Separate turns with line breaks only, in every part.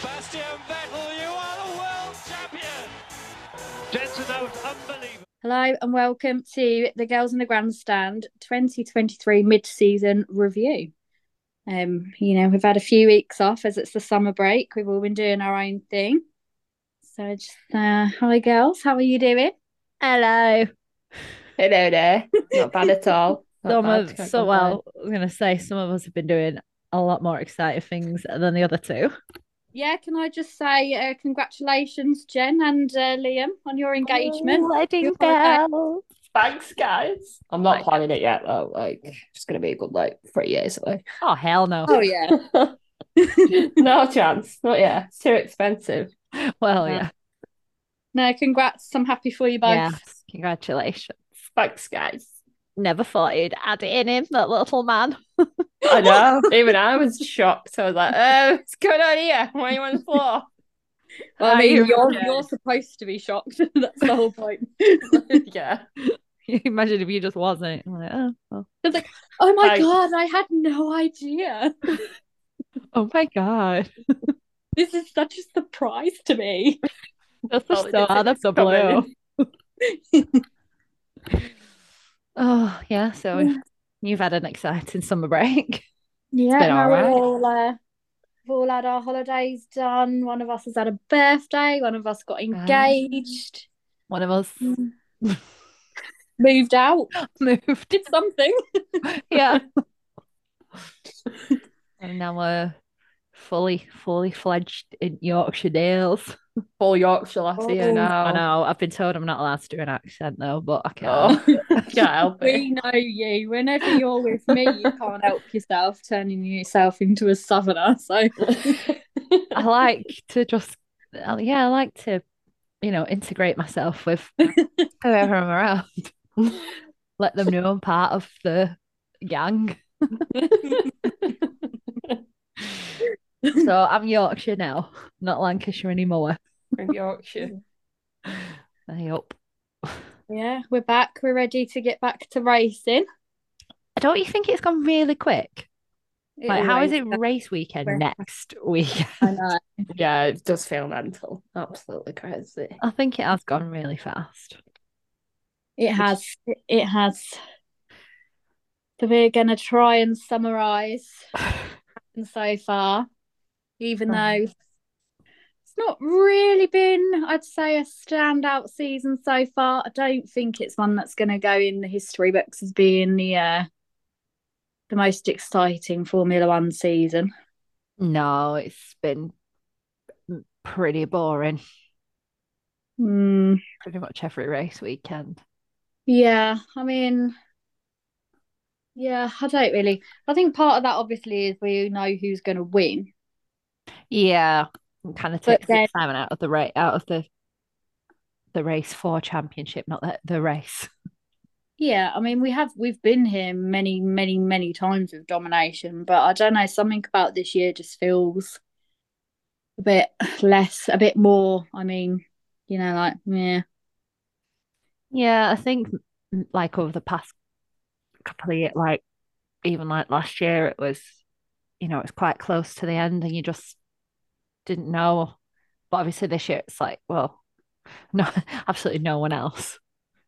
Sebastian Vettel, you are the world champion. Jensen, that was unbelievable.
Hello and welcome to the Girls in the Grandstand 2023 mid-season review. Um, you know, we've had a few weeks off as it's the summer break. We've all been doing our own thing. So just uh hi girls, how are you doing?
Hello.
Hello there. Not bad at all. Not
Some
bad,
of
can't
so
complain.
well, I'm gonna say some of us have been doing a lot more exciting things than the other two.
Yeah, can I just say uh, congratulations, Jen and uh, Liam, on your engagement.
wedding
Good holiday.
bells.
Thanks, guys. I'm not
Like-
planning it yet though. Like it's gonna be a good like three years away.
Oh hell no.
Oh yeah,
no chance. Not yet. It's too expensive.
Well,
Yeah.
yeah.
no, congrats. I'm happy for you both.
Yes. Congratulations.
Thanks, guys.
Never thought you'd add it in him, that little man.
I know. Even I was shocked. I was like, uh, what's going on here? Why are you on the floor?
Well, I
I
mean,
am
you're
okay.
you're supposed to be shocked. That's the whole point.
yeah.
Imagine if you just wasn't. I'm like, oh, well.
oh my
Thanks.
god, I had no idea.
oh my god.
This is such a surprise to me.
That's
Oh,
just
it
so
is-
out of
it's
the
coming.
blue. Oh yeah, so
Yeah.
you've had an exciting summer break.
Yeah,
been
no,
all right.
we've all uh, we've all had our holidays done. One of us has had a birthday. One of us got engaged,
One of us
moved out,
Oh, moved.
did something.
yeah. and now we're fully, fully fledged in Yorkshire Dales.
Full Yorkshire last
Oh,
year now.
I know. I've been told I'm not allowed to do an accent though, but I can.
Oh, can't help it.
We know you. Whenever you're with me, you can't help yourself turning yourself into a southerner. So
I like to just, uh, yeah, I like to, you know, integrate myself with whoever I'm around. Let them know I'm part of the gang. so I'm Yorkshire now, not Lancashire anymore.
From Yorkshire.
I hope.
yeah, we're back. We're ready to get back to racing.
Don't you think it's gone really quick? Like, how is it race
Where-
weekend next week?
I know.
Yeah, it does feel mental. Absolutely crazy.
I think it has gone really fast.
It has. It has. So we're gonna try and summarise happened so far, even
Right.
though it's not really been, I'd say, a standout season so far. I don't think it's one that's going to go in the history books as being the uh, the most exciting Formula One season.
No, it's been pretty boring
Mm,
pretty much every race weekend.
yeah, I mean, yeah, I don't really. I think part of that obviously is we know who's going to win.
Yeah, kind of takes
then-
the time out of the race, out of the the race for championship, not the, the race.
Yeah, I mean we have we've been here many, many, many times with domination, but I don't know, something about this year just feels a bit less, a bit more. I mean, you know, like yeah.
Yeah, I think m- like over the past couple of years, like even like last year, it was, you know, it's quite close to the end and you just didn't know. But obviously this year it's like, well, no, absolutely no one else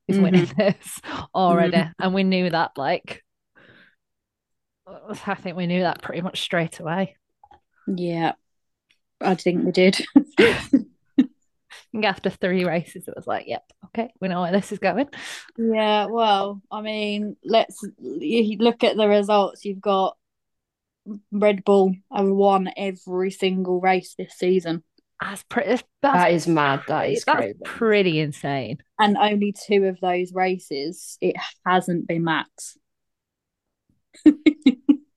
is
Mm-hmm.
Mhm.
winning this already. And we knew that like I think we knew that pretty much straight away.
Yeah. I think we did.
I think after three races, it was like, yep, okay, we know where this is going.
Yeah, well, I mean, let's you look at the results. You've got Red Bull have won every single race this season,
That's pretty
That
that's
is mad. That
pretty-
is
that's
crazy.
pretty insane.
and only two of those races it hasn't been Max.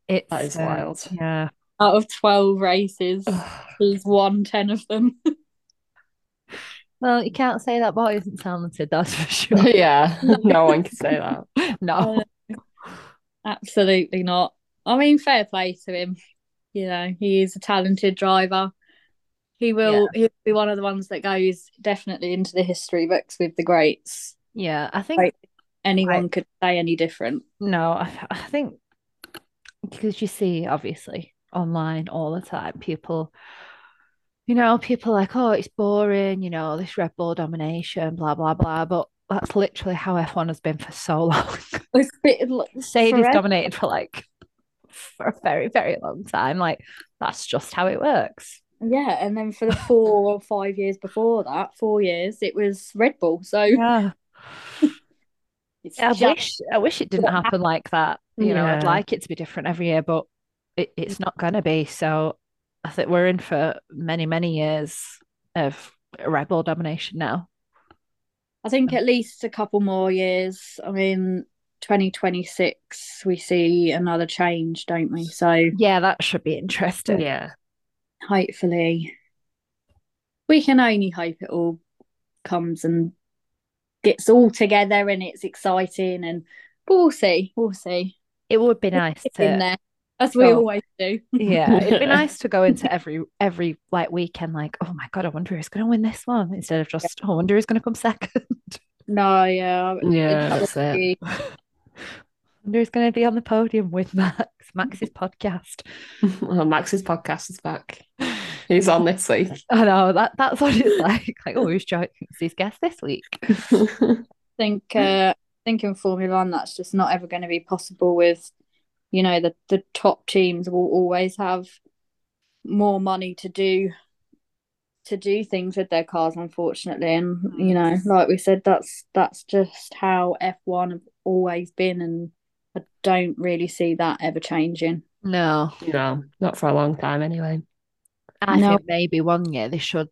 It's
That is
uh,
wild.
Yeah.
out of 12 races he's won 10 of them
Well, you can't say that boy isn't talented, that's for sure.
yeah, no one can say that.
No.
absolutely not i mean fair play to him you know he is a talented driver he will he'll be one of the ones that goes definitely into the history books with the greats
Yeah, I think
Right. anyone could say any different
no, I, I think because you see obviously online all the time people you know, people are like, oh, it's boring, you know, this Red Bull domination, blah, blah, blah. But that's literally how F1 has been for so long.
It's a bit like
Mercedes
forever.
dominated for like for a very, very long time. Like, that's just how it works.
Yeah, and then for the four or five years before that, four years, it was Red Bull. So
Yeah.
it's
I
just-
wish I wish it didn't happen like that. You know, I'd
Yeah.
like it to be different every year, but it, it's not gonna be. So I think we're in for many, many years of rebel domination now.
I think at least a couple more years. I mean, 2026, we see another change, don't we? So
Yeah, that should be interesting.
Yeah.
hopefully, we can only hope it all comes and gets all together and it's exciting. And but we'll see, we'll see.
It would be nice
It's in
to
there, as we
Oh.
always do.
yeah, it'd be nice to go into every every like weekend like, oh my God, I wonder who's gonna win this one instead of just oh, I wonder who's gonna come second.
No, yeah,
Yeah, that's it.
wonder who's gonna be on the podium with Max, Max's podcast.
Well, Max's podcast is back. He's on this week.
I know that that's what it's like. Like, oh, who's jo- who's his guest this week?
think uh, I think in Formula One that's just not ever going to be possible. With you know the the top teams will always have more money to do to do things with their cars, unfortunately. And you know, like we said, that's that's just how F one have always been, and I don't really see that ever changing.
No,
no, not for a long time anyway.
I
No.
think maybe one year they should.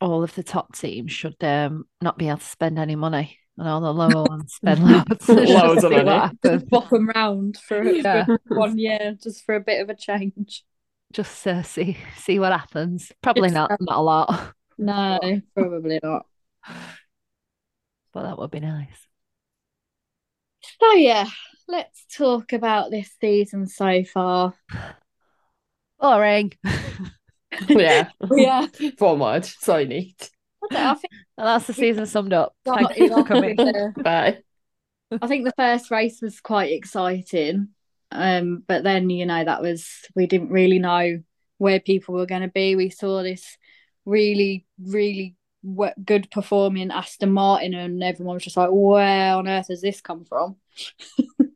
All of the top teams should um not be able to spend any money, and all the lower ones spend loads. and just
Loads of
see what
money.
happens.
Bop them round for uh,
Yeah.
one year, just for a bit of a change.
Just uh, see see what happens. Probably
It's,
not
uh,
not a lot,
No, probably not.
but that would be nice.
So Oh, yeah, let's talk about this season so far.
Boring.
Yeah.
Yeah,
Four word. So you need.
I think
And that's the season summed up.
I'm
Thank you for
not
coming.
the,
Bye.
I think the first race was quite exciting, um, but then you know that was we didn't really know where people were going to be. We saw this really, really w- good performing Aston Martin, and everyone was just like, "Where on earth has this come from?"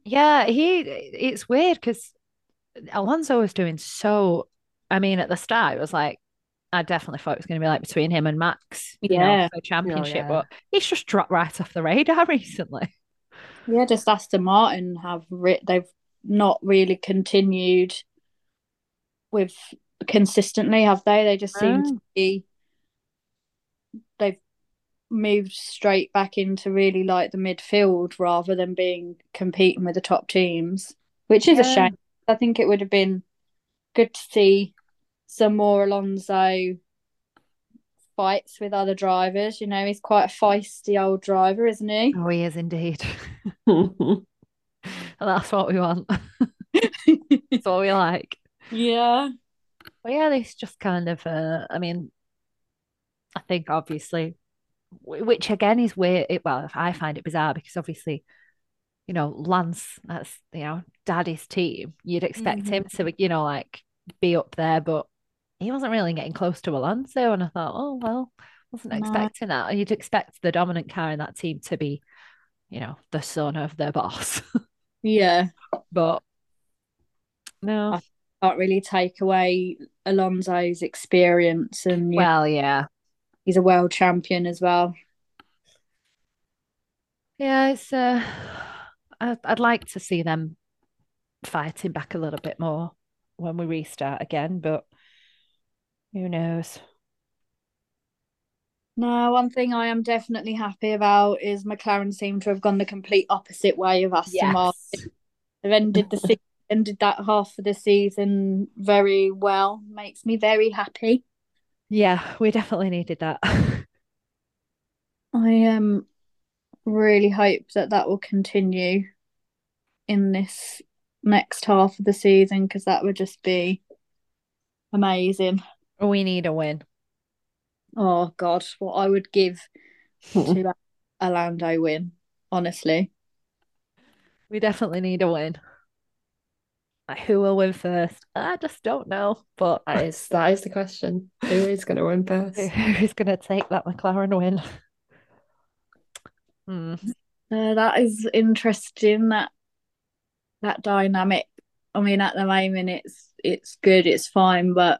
Yeah, he it's weird because Alonso was doing so I mean at the start it was like I definitely thought it was going to be like between him and Max, you know,
Yeah.
for championship,
yeah.
but he's just dropped right off the radar recently.
Yeah, just Aston Martin have re- they've not really continued with consistently, have they? They just seem to be they've moved straight back into really like the midfield rather than being competing with the top teams, which is a
Yeah.
shame. I think it would have been good to see some more Alonso fights with other drivers. You know, he's quite a feisty old driver, isn't he?
Oh, he is indeed. And that's what we want. That's what we like.
Yeah.
But yeah, this just kind of uh I mean I think obviously wh- which again is weird it, well I find it bizarre because obviously you know Lance that's you know daddy's team you'd expect
Mm-hmm.
him to you know like be up there but he wasn't really getting close to Alonso and I thought oh well wasn't
No.
expecting that and you'd expect the dominant car in that team to be you know the son of their boss
Yeah.
but no
I- Can't really take away Alonso's experience and you know,
well yeah
he's a world champion as well.
Yeah, it's uh, I'd, I'd like to see them fighting back a little bit more when we restart again, but who knows?
No, one thing I am definitely happy about is McLaren seem to have gone the complete opposite way of Aston Martin. They've ended the se- ended that half of the season very well. Makes me very happy.
Yeah, we definitely needed that.
I um really hope that that will continue in this next half of the season because that would just be amazing.
We need a win.
Oh God, what I would give to that a Lando win, honestly.
We definitely need a win. Like, who will win first? I just don't know. But
That is that is the question. Who is going to win first?
who's going to take that McLaren win? Hmm.
Uh, that is interesting. That that dynamic. I mean, at the moment, it's it's good, it's fine, but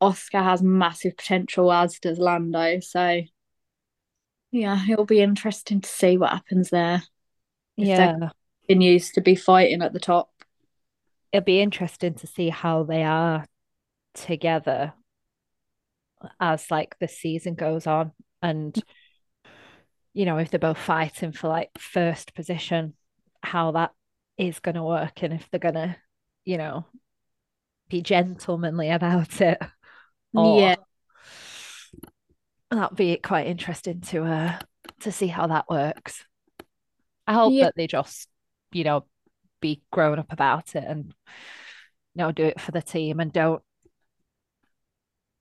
Oscar has massive potential, as does Lando. So, yeah, it'll be interesting to see what happens there. If they
Yeah.
Continues to be fighting at the top.
it'll be interesting to see how they are together as like the season goes on and you know if they're both fighting for like first position how that is going to work and if they're going to you know be gentlemanly about it or
Yeah.
that'd be quite interesting to uh to see how that works I hope
Yeah.
that they just you know be grown up about it and you know do it for the team and don't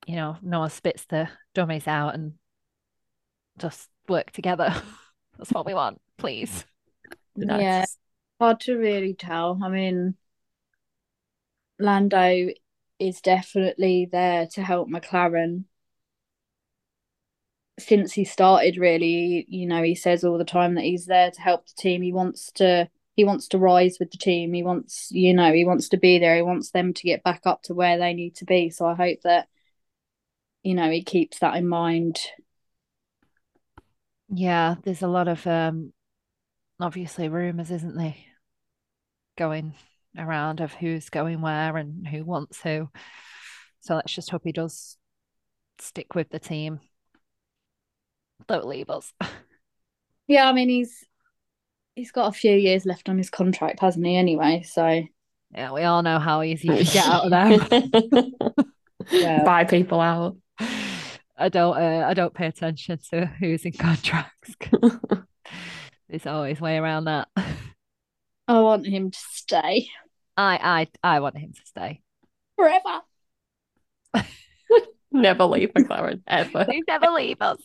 you know no one spits the dummies out and just work together that's what we want please
Nice.
Yeah. Hard to really tell. I mean, Lando is definitely there to help McLaren since he started really you know he says all the time that he's there to help the team he wants to he wants to rise with the team he wants you know he wants to be there he wants them to get back up to where they need to be so i hope that you know he keeps that in mind
yeah there's a lot of um obviously rumors isn't there going around of who's going where and who wants who so let's just hope he does stick with the team don't leave us
yeah i mean he's he's got a few years left on his contract hasn't he anyway so
Yeah, we all know how easy to get out of them.
Yeah.
Buy people out.
I don't. Uh, I don't pay attention to who's in contracts. 'cause There's always way around that.
I want him to stay
I, I, I want him to stay.
forever.
Never leave McLaren ever.
Please never leave us.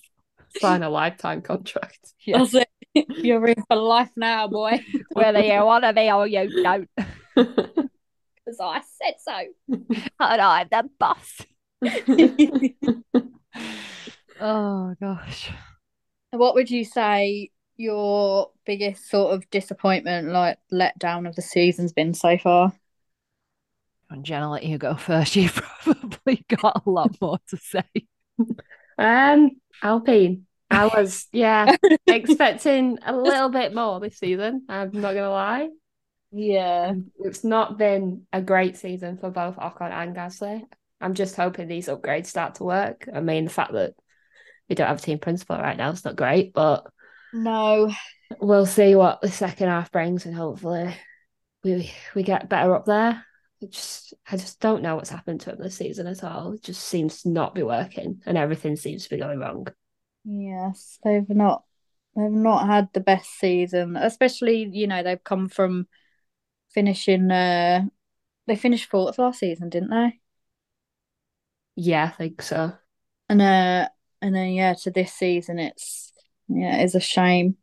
Sign a lifetime contract.
Yeah.
That's it. You're in for life now, boy.
Whether you want to be or you don't,
Because I said so.
and I'm the boss. Oh gosh.
What would you say your biggest sort of disappointment, like letdown of the season's been so far?
And Jen, I'll let you go first. You probably got a lot more to say.
um, Alpine. I was yeah expecting a little bit more this season. I'm not gonna lie.
Yeah.
It's not been a great season for both Ocon and Gasly. I'm just hoping these upgrades start to work. I mean, the fact that we don't have a team principal right now is not great, but
No.
we'll see what the second half brings, and hopefully we we get better up there. I just I just don't know what's happened to him this season at all. It just seems to not be working, and everything seems to be going wrong.
Yes, they've not they've not had the best season, especially, you know, they've come from finishing uh they finished fourth last season, didn't they?
Yeah, I think so.
And uh, and then yeah, to this season, it's yeah, it's a shame.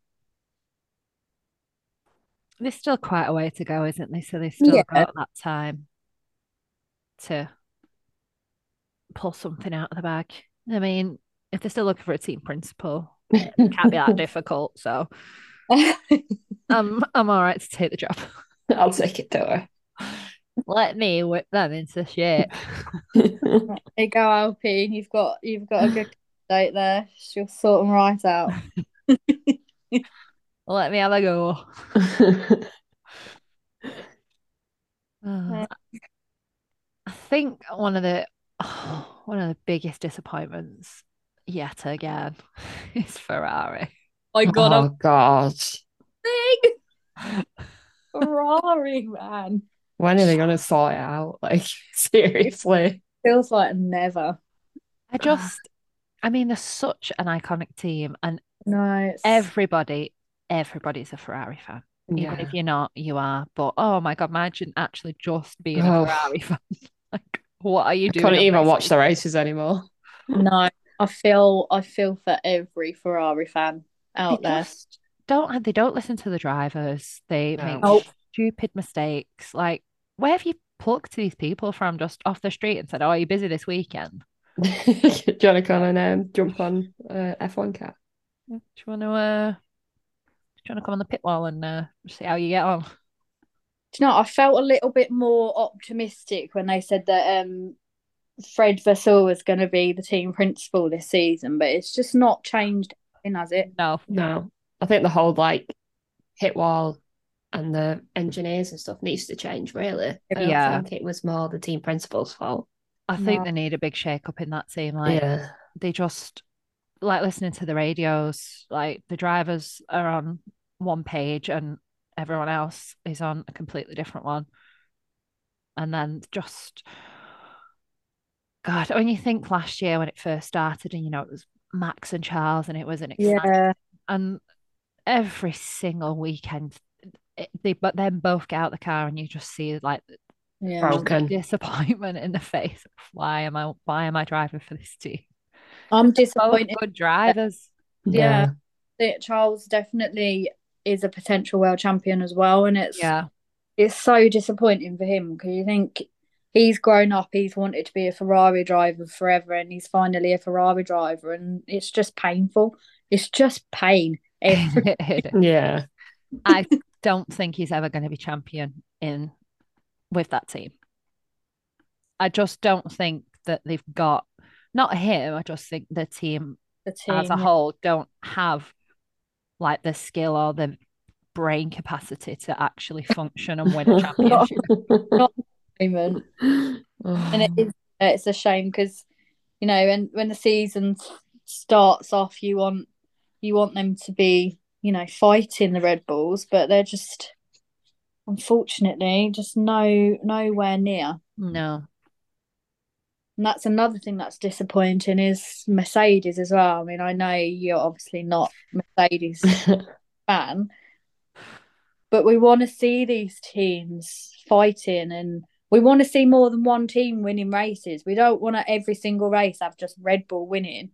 There's still quite a way to go, isn't there? So they still
Yeah.
got that time to pull something out of the bag. I mean, if they're still looking for a team principal, it can't be that difficult. So I'm I'm all right to take the job.
I'll take it, don't
Let me whip them into shape.
worry.
There you go, Alpine. You've got you've got a good date there. She'll sort them right out.
Let me have a go. Uh, I think one of the one of the biggest disappointments yet again is Ferrari.
I
oh God!
big Ferrari man.
When are they gonna sort it out? Like seriously?
Feels like never.
I just, I mean, they're such an iconic team, and
No, it's
everybody everybody's a ferrari fan even
Yeah.
if you're not you are but oh my god imagine actually just being a
Oh.
ferrari fan like what are you
I
doing
couldn't
on
even
race
watch
day?
the races anymore.
no. I feel I feel for every Ferrari fan
they
out there.
just don't and they don't listen to the drivers they
No. Oh,
make
Nope.
stupid mistakes. Like, where have you plucked these people from just off the street and said, "Oh, are you busy this weekend?"
John O'Connor and um, jump on uh, F1 cat.
Do you want to uh, do you want to come on the pit wall and uh, see how you get on?
Do you know, I felt a little bit more optimistic when they said that um, Fred Vasseur was going to be the team principal this season, but it's just not changed, anything, has it?
No,
No, I think the whole like hit wall and the engineers and stuff needs to change really. I don't
Yeah.
think it was more the team principal's fault.
I think
No.
they need a big shake up in that team. Like,
yeah,
they just like listening to the radios like the drivers are on one page and everyone else is on a completely different one and then just god when you think last year when it first started and you know it was max and charles and it was an exciting
Yeah,
and every single weekend it, they but then both get out the car and you just see like the
yeah.
broken.
disappointment in the face why am i why am i driving for this team
I'm
both
disappointed
good drivers
Yeah. that Charles definitely is a potential world champion as well, and it's
Yeah,
it's so disappointing for him because you think he's grown up, he's wanted to be a Ferrari driver forever, and he's finally a Ferrari driver, and it's just painful. It's just pain. Every-
yeah,
I don't think he's ever going to be champion in with that team. I just don't think that they've got not him. I just think the team
the team.
as a whole don't have like the skill or the brain capacity to actually function and win a championship.
Moment. and it
Oh,
is uh, it's a shame because you know when when the season starts off you want you want them to be you know fighting the red bulls but they're just unfortunately just no nowhere near
no,
and that's another thing that's disappointing is mercedes as well i mean i know you're obviously not mercedes fan. But we want to see these teams fighting and we want to see more than one team winning races. We don't want to every single race have just Red Bull winning.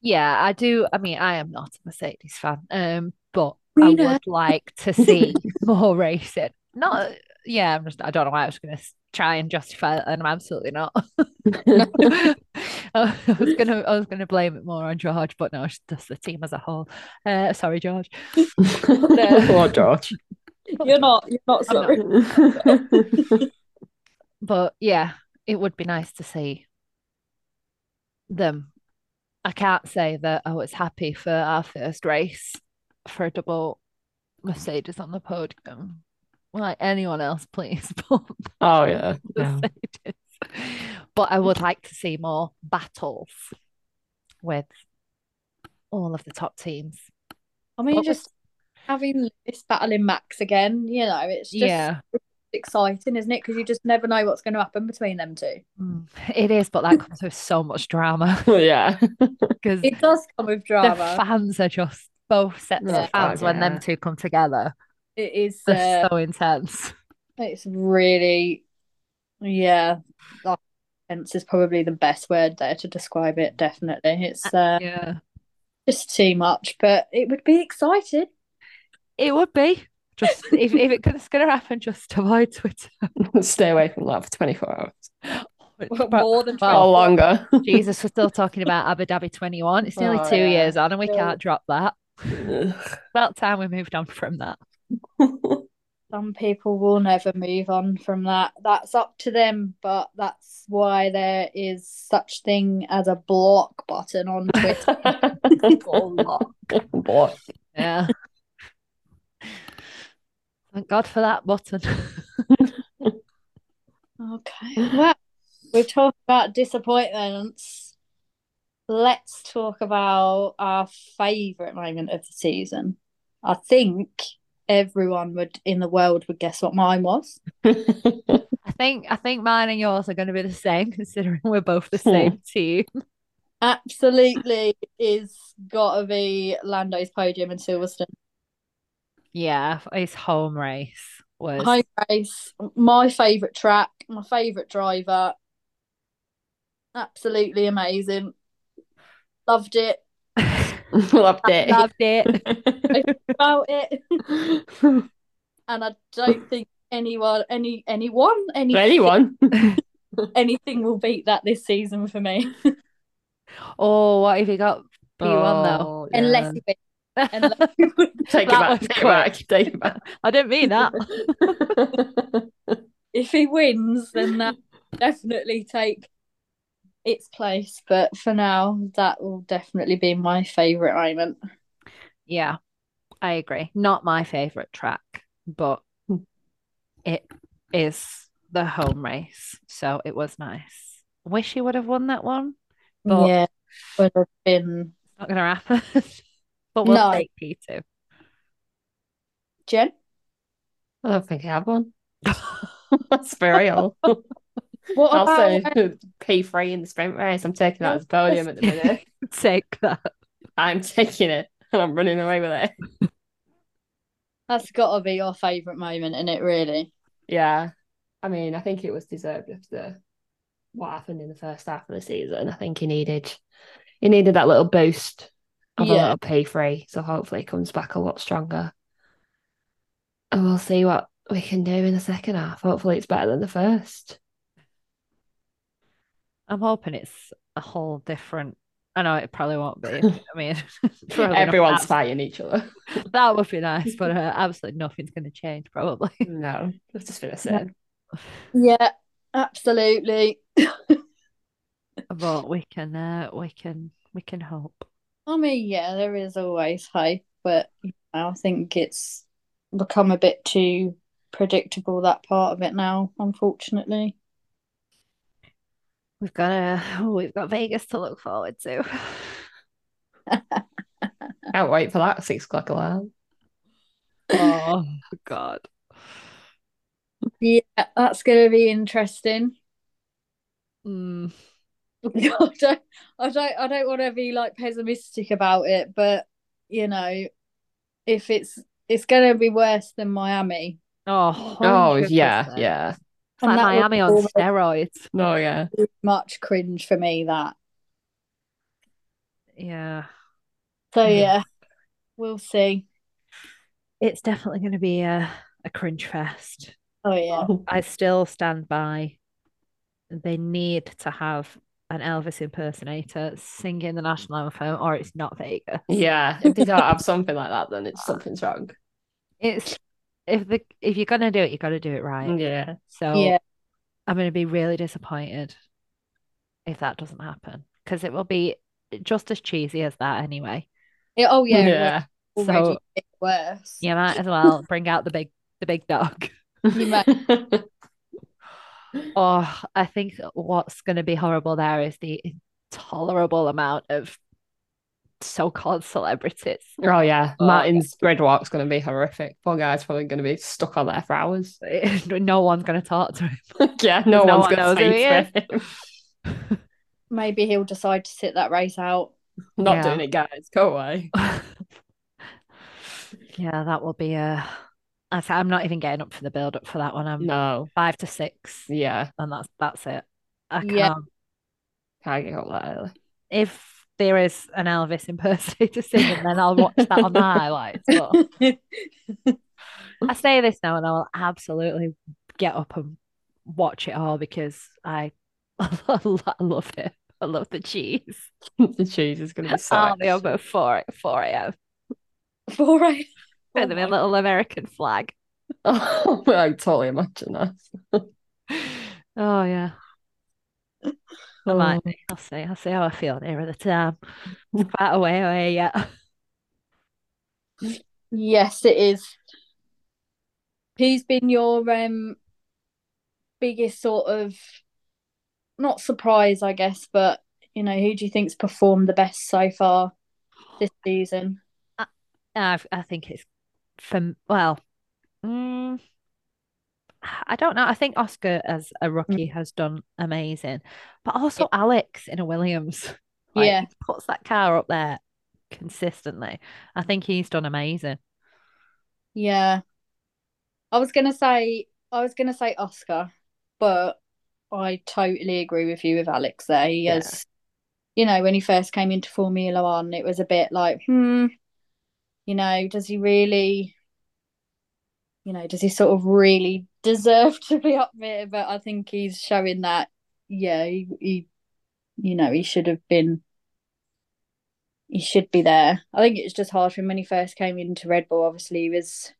yeah, I do. I mean, I am not a Mercedes fan, um, but I
We know.
would like to see more racing. Not, yeah, I'm just, I don't know why I was going to try and justify it, and I'm absolutely not. I was gonna, I was gonna blame it more on George, but no, it's just the team as a whole. Uh, sorry, George. Uh,
Poor George.
You're not, you're not
I'm not.
sorry.
But yeah, it would be nice to see them. I can't say that I was happy for our first race for a double Mercedes on the podium. Like anyone else, please, but
Oh yeah. No.
Mercedes. But I would like to see more battles with all of the top teams.
I mean,
What was-
just having Lewis battling Max again, you know, it's just
Yeah.
exciting, isn't it? Because you just never know what's going to happen between them two.
Mm, It is, but that comes with so much drama
yeah.
because
It does come with
Mm. the
drama.
fans are just both sets
Yeah.
of fans when them
Yeah.
two come together.
It is,
They're
uh,
so intense.
it's really, yeah. like, Intense is probably the best word there to describe it. Definitely, it's uh,
Yeah.
just too much, but it would be exciting.
It would be. Just if, if it could, it's gonna happen, just avoid Twitter.
Stay away from that for 24 hours
But
More than
well,
or longer.
Jesus, we're still talking about Abu Dhabi 21. It's nearly
Oh,
two
yeah.
years on, and we
Yeah.
can't drop that. About time we moved on from that.
some people will never move on from that. That's up to them, but that's why there is such thing as a block button on Twitter.
Block.
Yeah. Thank God for that button.
okay, well, we've talked about disappointments. Let's talk about our favourite moment of the season. I think everyone would in the world would guess what mine was.
I think I think mine and yours are going to be the same, considering we're both the same team.
Absolutely is gotta be Lando's podium in Silverstone.
Yeah, his home race was
Home race, my favourite track, my favourite driver. Absolutely amazing. Loved it.
Loved it.
loved it.
About it. and I don't think anyone, any anyone, any
Anyone?
anything will beat that this season for me.
Oh, what have you got? B1 though.
Oh,
Unless
yeah.
it wins. Unless it wins.
take it
that was
back, take it
quick.
back, take it back.
I didn't mean that.
if he wins, then that will definitely take its place. But for now, that will definitely be my favourite moment.
yeah, I agree. Not my favorite track, but it is the home race, so it was nice. Wish he would have won that one. But-
yeah, would have been
It's not going to happen. but we'll
No.
take P2.
Jen.
I don't think I have one. That's very old.
What
also,
about
P3 in the sprint race. I'm taking that as podium at the minute.
Take that.
I'm taking it and I'm running away with it.
that's got to be your favourite moment, isn't it? Really?
Yeah. I mean, I think it was deserved after what happened in the first half of the season. I think he needed he needed that little boost of
Yeah.
a little P three. So hopefully he comes back a lot stronger. And we'll see what we can do in the second half. Hopefully it's better than the first.
I'm hoping it's a whole different. I know it probably won't be. I mean, probably not
Everyone's
abs-
fighting each other.
That would be nice, but uh, absolutely nothing's going to change, probably.
no, that's just for the same.
Yeah, absolutely.
But we can, uh, we can, we can hope.
I mean, yeah, there is always hype, but I think it's become a bit too predictable that part of it now, unfortunately.
We've got a, oh, we've got Vegas to look forward to.
Can't wait for that six o'clock alarm.
oh God.
Yeah, that's going to be interesting.
Mm.
I don't, I don't, I don't want to be like pessimistic about it, but you know, if it's it's going to be worse than Miami,
Oh,
Oh yeah,
100%.
yeah.
It's like
And that was
Miami on
almost-
steroids.
No, yeah.
much cringe for me that.
Yeah.
So
Yeah.
yeah, we'll see.
It's definitely going to be a, a cringe fest.
Oh yeah,
I still stand by. They need to have an Elvis impersonator singing the national anthem, or it's not Vegas.
Yeah. If they don't have something like that, then it's something's wrong.
It's if the if you're gonna do it, you gotta do it right.
Yeah.
So
yeah,
I'm gonna be really disappointed if that doesn't happen because it will be just as cheesy as that anyway.
It- oh yeah, yeah.
So-
Already getting worse.
You might as well bring out the big the big dog.
You might-
Oh, I think what's going to be horrible there is the intolerable amount of so-called celebrities.
Oh yeah,
Oh,
Martin's grid walk's going to be horrific. Poor guy's probably going to be stuck on there for hours.
No one's going to talk to him.
yeah, no,
No
one's
one
going
knows who he
to speak to him.
Maybe he'll decide to sit that race out.
Not
Yeah.
doing it, guys. Go away.
Yeah, that will be a. I say- I'm not even getting up for the build up for that one. I'm
No,
five to six,
yeah,
and that's that's it. I
Yeah.
can't.
can't get up that early.
If there is an Elvis impersonator singing, then I'll watch that on the highlights. But I say this now, and I'll absolutely get up and watch it all because I, I love it. I love the cheese.
the cheese is going to be so.
I'll be up
extra.
at four four a.m.
Before I,
with a little American flag.
Oh, I can totally imagine that.
Oh yeah,
Oh.
I might. be. I'll see. I'll see how I feel nearer the time. It's quite a way away yet.
yes, it is. Who's been your um biggest sort of not surprise, I guess, but you know, who do you think's performed the best so far this season?
i I think it's from well. Mm, I don't know. I think Oscar as a
Mm.
rookie has done amazing, but also Alex in a Williams. Like,
Yeah.
he puts that car up there consistently. I think he's done amazing.
Yeah. I was gonna say I was gonna say Oscar, but I totally agree with you with Alex there. He
Yeah.
has you know, when he first came into Formula One, it was a bit like, hmm, you know, does he really you know, does he sort of really deserve to be up there? But I think he's showing that, yeah, he, he you know, he should have been, he should be there. I think it's just hard for him when he first came into Red Bull. Obviously, he was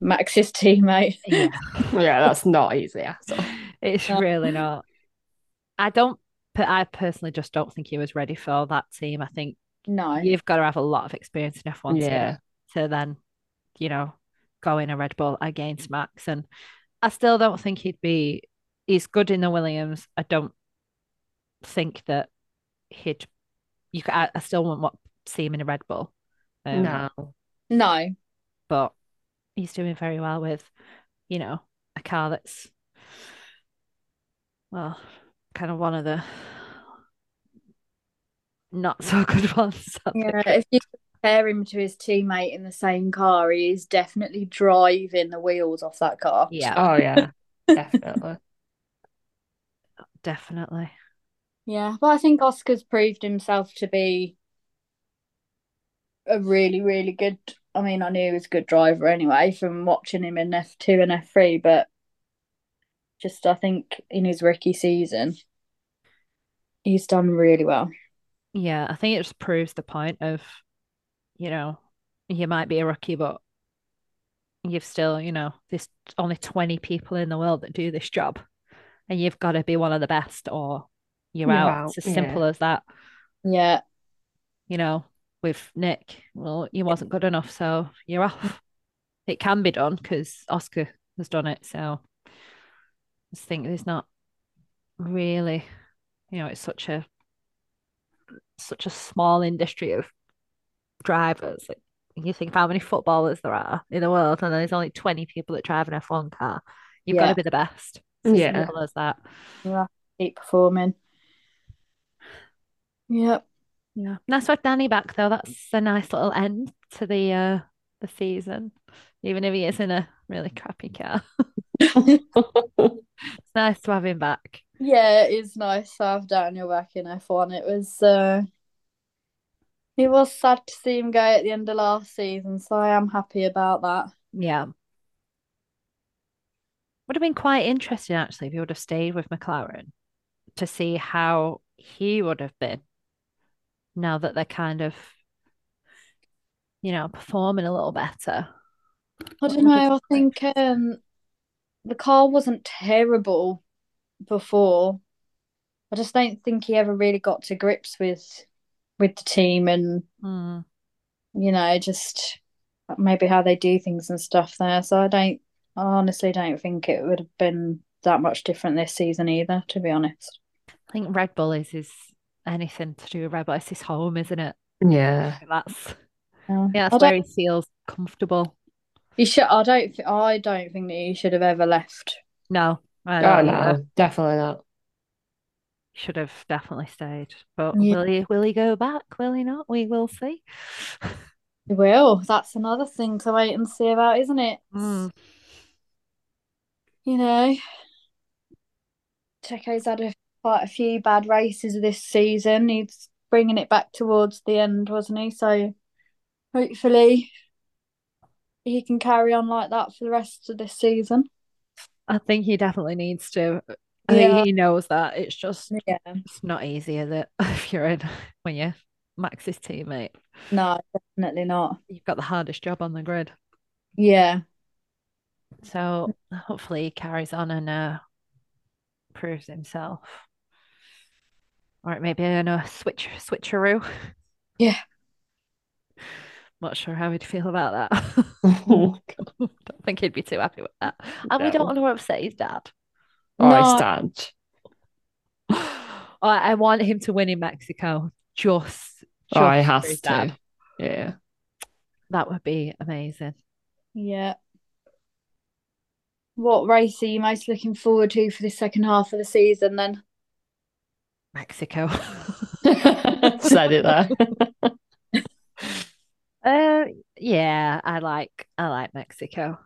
Max's teammate.
Yeah.
yeah, that's not easy at all.
It's
Yeah.
really not. I don't. per- I personally just don't think he was ready for that team. I think
no,
you've got to have a lot of experience in F1 to-
Yeah.
to then, you know, go in a Red Bull against Max. And I still don't think he'd be, he's good in the Williams. I don't think that he'd, you could, I, I still wouldn't want see him in a Red Bull. Um,
no.
no,
But he's doing very well with, you know, a car that's, well, kind of one of the not so good ones. I think.
Yeah, if you compare him to his teammate in the same car, he is definitely driving the wheels off that car.
Yeah,
Oh yeah, definitely.
definitely.
Yeah, but I think Oscar's proved himself to be a really, really good. I mean, I knew he was a good driver anyway from watching him in F2 and F3, but just I think in his rookie season, he's done really well.
Yeah, I think it just proves the point of, you know, you might be a rookie, but you've still, you know, there's only 20 people in the world that do this job, and you've got to be one of the best or you're
You're
out.
out,
It's as
yeah.
simple as that.
Yeah,
You know, with Nick, well, he wasn't good enough, so you're off. It can be done because Oscar has done it. So I just think there's not really, you know, it's such a such a small industry of drivers. Like you think of how many footballers there are in the world, and there's only 20 people that drive an F1 car. You've got
Yeah.
to be the best. It's as
Yeah.
simple as that.
keep performing. Yep.
Yeah. Nice to have Danny back though. That's a nice little end to the uh the season. Even if he is in a really crappy car. It's nice to have him back.
Yeah, it is nice to have Daniel back in F1. It was uh it was sad to see him go at the end of last season, so I am happy about that.
Yeah. Would have been quite interesting actually if he would have stayed with McLaren to see how he would have been now that they're kind of, you know, performing a little better.
I
What
don't
would you
know, I
think?
think um the car wasn't terrible before. I just don't think he ever really got to grips with with the team and,
Mm.
you know, just maybe how they do things and stuff there. So I don't I honestly don't think it would have been that much different this season either, to be honest.
I think Red Bull is is anything to do with Red Bull. It's his home, isn't it?
yeah.
That's
Yeah.
Yeah,
Oh. I
that's where he feels comfortable.
He should. I don't. thi- I don't think that he should have ever left.
No, I
Oh
don't either.
no, definitely not.
Should have definitely stayed. But
Yeah.
will he will he go back? Will he not? We will see.
He will. That's another thing to wait and see about, isn't it?
Mm.
You know, Checo's had a, quite a few bad races this season. He's bringing it back towards the end, wasn't he? So hopefully he can carry on like that for the rest of this season.
I think he definitely needs to. I
Yeah.
think he knows that. It's just
Yeah.
it's not easy, is it? If you're in when you're Max's teammate.
No, definitely not.
You've got the hardest job on the grid.
Yeah.
So hopefully he carries on and uh, proves himself. Or it may be in a switch switcheroo.
Yeah.
Not sure how he'd feel about that.
oh,
Don't think he'd be too happy with that. And we
No.
don't want to upset his dad.
No.
stand.
I, I want him to win in Mexico. Just, just
Oh, he
for
has
his
to.
dad.
Yeah.
That would be amazing.
Yeah. What race are you most looking forward to for the second half of the season then?
Mexico.
Said it there.
Uh, yeah, I like I like Mexico.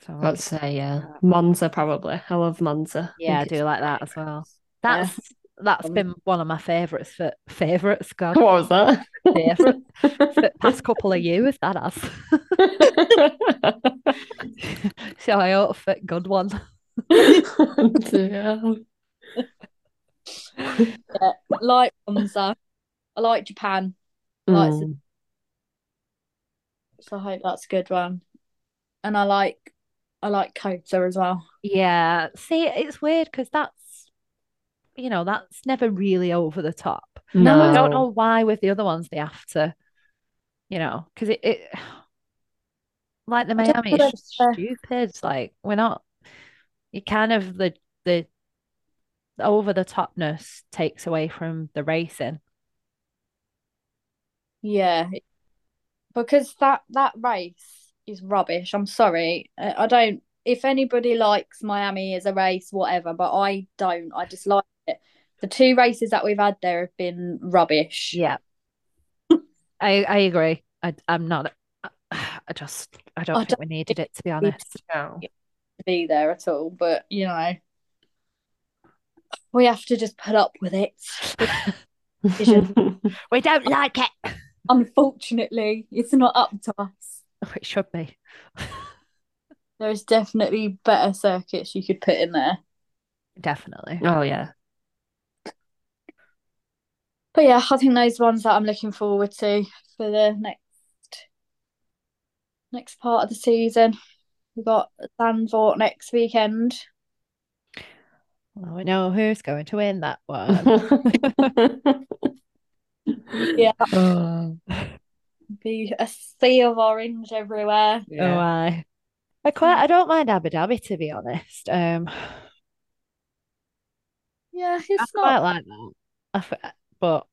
So
I'd say yeah. uh, Monza probably. I love Monza.
Yeah, I
Think it's
do like
my
that as
favourite.
well. That's that's been one of my favourites for favourites. God,
What was that?
favourites for the past couple of years. That has.
Oh,
so I hope for good one.
like Monza. I like Japan, Like, it's a-
Mm.
so I hope that's a good one. And I like I like Kota as well.
Yeah. See, it's weird because that's, you know, that's never really over the top.
No,
I don't know why with the other ones they have to, you know, because it, it, like the
I don't
Miami,
know
it's just
whether-
stupid. Like we're not, you kind of the the over the topness takes away from the racing.
Yeah, because that that race is rubbish. I'm sorry. I, I don't. If anybody likes Miami as a race, whatever, but I don't. I just like it. The two races that we've had there have been rubbish.
Yeah, I I agree. I I'm not. I just I don't
I
think we needed it to be honest.
No.
to be there at all. But you know, we have to just put up with it.
We don't like it.
Unfortunately, it's not up to us.
It should be.
There is definitely better circuits you could put in there.
Definitely.
oh yeah.
But yeah, I think those ones that I'm looking forward to for the next next part of the season. We've got Zandvoort next weekend.
Well, we know who's going to win that one.
yeah.
Be a sea of orange everywhere.
Oh,
yeah.
I, I quite, I don't mind Abu Dhabi to be honest. Um,
Yeah,
I
it's
quite
not
like that. I f- but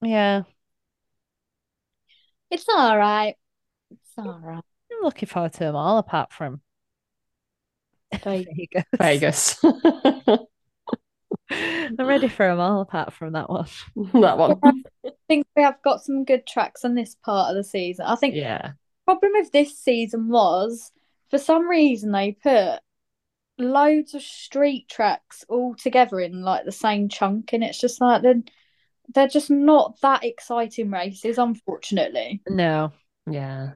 yeah,
it's all right. It's all right.
I'm looking forward to them all apart from Vegas.
Vegas. that
I'm ready for them all apart from that one.
one.
I think we have got some good tracks on this part of the season. I think
Yeah.
problem with this season was for some reason they put loads of street tracks all together in like the same chunk and it's just like then they're just not that exciting races unfortunately
No,
Yeah.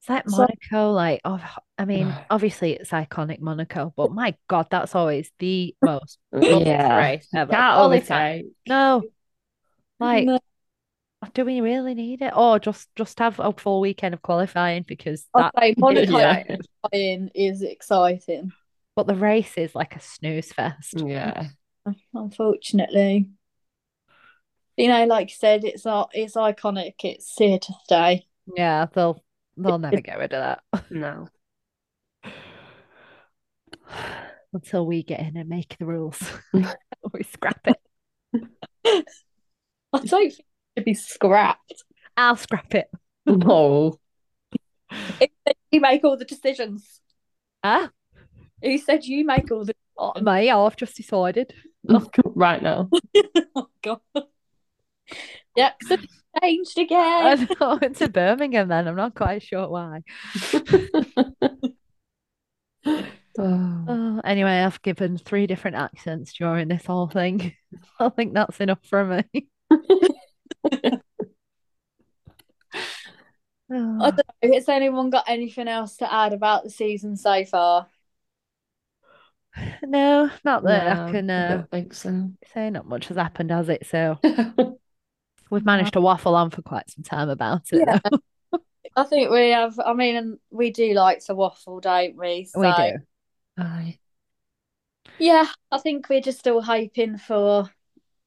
it's like
So-
Monaco. Like, oh, I mean,
No.
obviously it's iconic Monaco, but my God, that's always the most boring
Yeah.
race ever.
That
All
all the
the time.
time.
No, like.
No.
Do we really need it? Or just just have a full weekend of qualifying because
I'd
that
say Monaco
Yeah.
qualifying is exciting
but the race is like a snooze fest.
Yeah.
unfortunately you know like you said it's not it's iconic it's here to stay
Yeah, they'll they'll never get rid of that
No.
until we get in and make the rules. we scrap it.
I don't think it should be scrapped
I'll scrap it.
No.
if you make all the decisions
Huh?
Who said you make all the?
Oh, me, I've just decided.
right now.
Oh God. Yep, so it's changed again.
I know, went to Birmingham then. I'm not quite sure why.
Oh.
Oh, anyway, I've given three different accents during this whole thing. I think that's enough for me.
I
Oh,
don't know. Has anyone got anything else to add about the season so far?
no, not that I
No,
can
I
uh,
don't think so.
say not much has happened, has it? So we've managed to waffle on for quite some time about it.
Yeah. I think we have. I mean, and we do like to waffle, don't we?
though. We
So,
do.
Aye.
Yeah, I think we're just still hoping for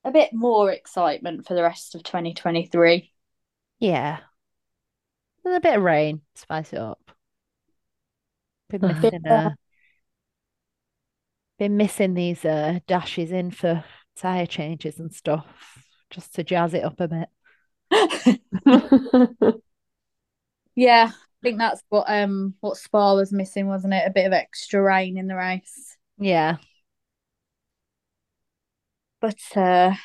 a bit more excitement for the rest of 2023.
Yeah. And a bit of rain, spice it up. Been
Uh-huh.
missing
Yeah.
uh been missing these uh dashes in for tire changes and stuff, just to jazz it up a bit.
Yeah, I think that's what um what Spa was missing, wasn't it? A bit of extra rain in the race.
Yeah.
But uh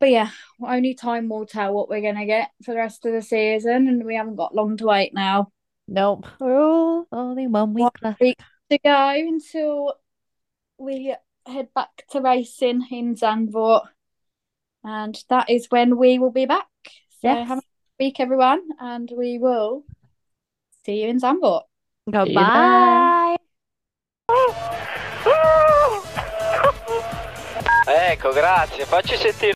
but yeah, only time will tell what we're gonna get for the rest of the season and we haven't got long to wait now.
Nope. Oh, only one week left.
To go until we head back to racing in Zandvoort. And that is when we will be back. So
Yes.
have a good week, everyone, and we will see you in Zandvoort.
Goodbye.
Ecco, grazie, facci sentire.